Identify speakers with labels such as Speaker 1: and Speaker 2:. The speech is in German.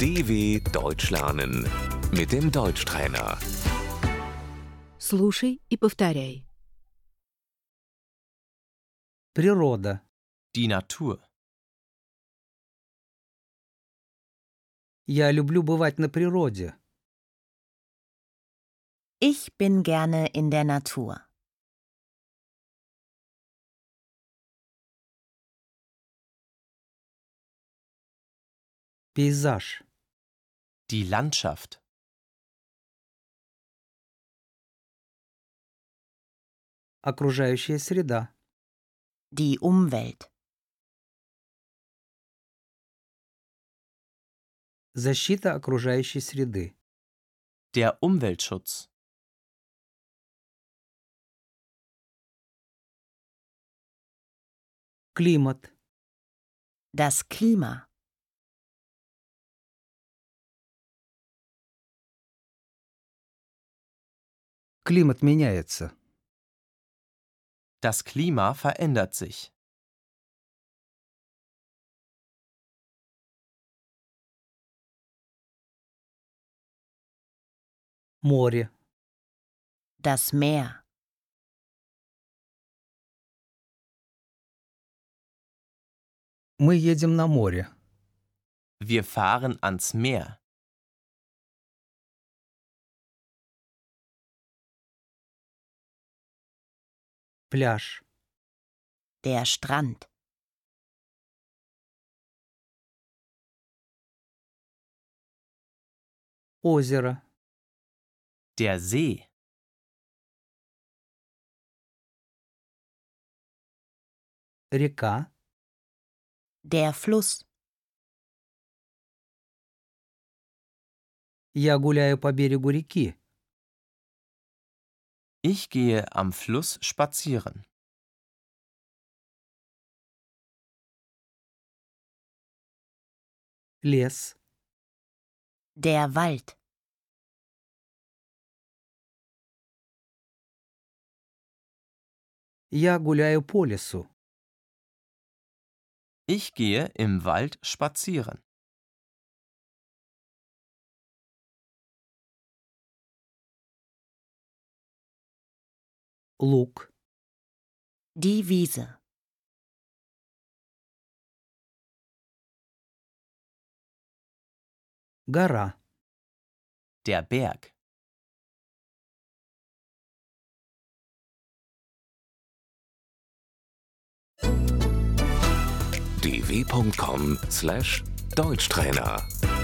Speaker 1: DW Deutsch lernen mit dem Deutschtrainer.
Speaker 2: Слушай и повторяй.
Speaker 3: Природа.
Speaker 4: Die Natur.
Speaker 3: Я люблю бывать на природе.
Speaker 5: Ich bin gerne in der Natur.
Speaker 3: Пейзаж.
Speaker 4: Die Landschaft.
Speaker 3: Окружающая среда.
Speaker 5: Die Umwelt.
Speaker 3: Защита окружающей среды.
Speaker 4: Der Umweltschutz.
Speaker 3: Климат.
Speaker 5: Das Klima.
Speaker 3: Климат меняется.
Speaker 4: Das Klima verändert sich.
Speaker 3: Море.
Speaker 5: Das Meer.
Speaker 3: Мы едем на море.
Speaker 4: Wir fahren ans Meer.
Speaker 3: Пляж.
Speaker 5: Der Strand.
Speaker 3: Озеро.
Speaker 4: Der See.
Speaker 3: Река.
Speaker 5: Der Fluss.
Speaker 3: Я гуляю по берегу реки.
Speaker 4: Ich gehe am Fluss spazieren.
Speaker 3: Лес.
Speaker 5: Der Wald.
Speaker 3: Я гуляю по лесу.
Speaker 4: Ich gehe im Wald spazieren.
Speaker 3: Луг.
Speaker 5: Die Wiese.
Speaker 3: Гора.
Speaker 4: Der Berg.
Speaker 1: dw.com/deutschtrainer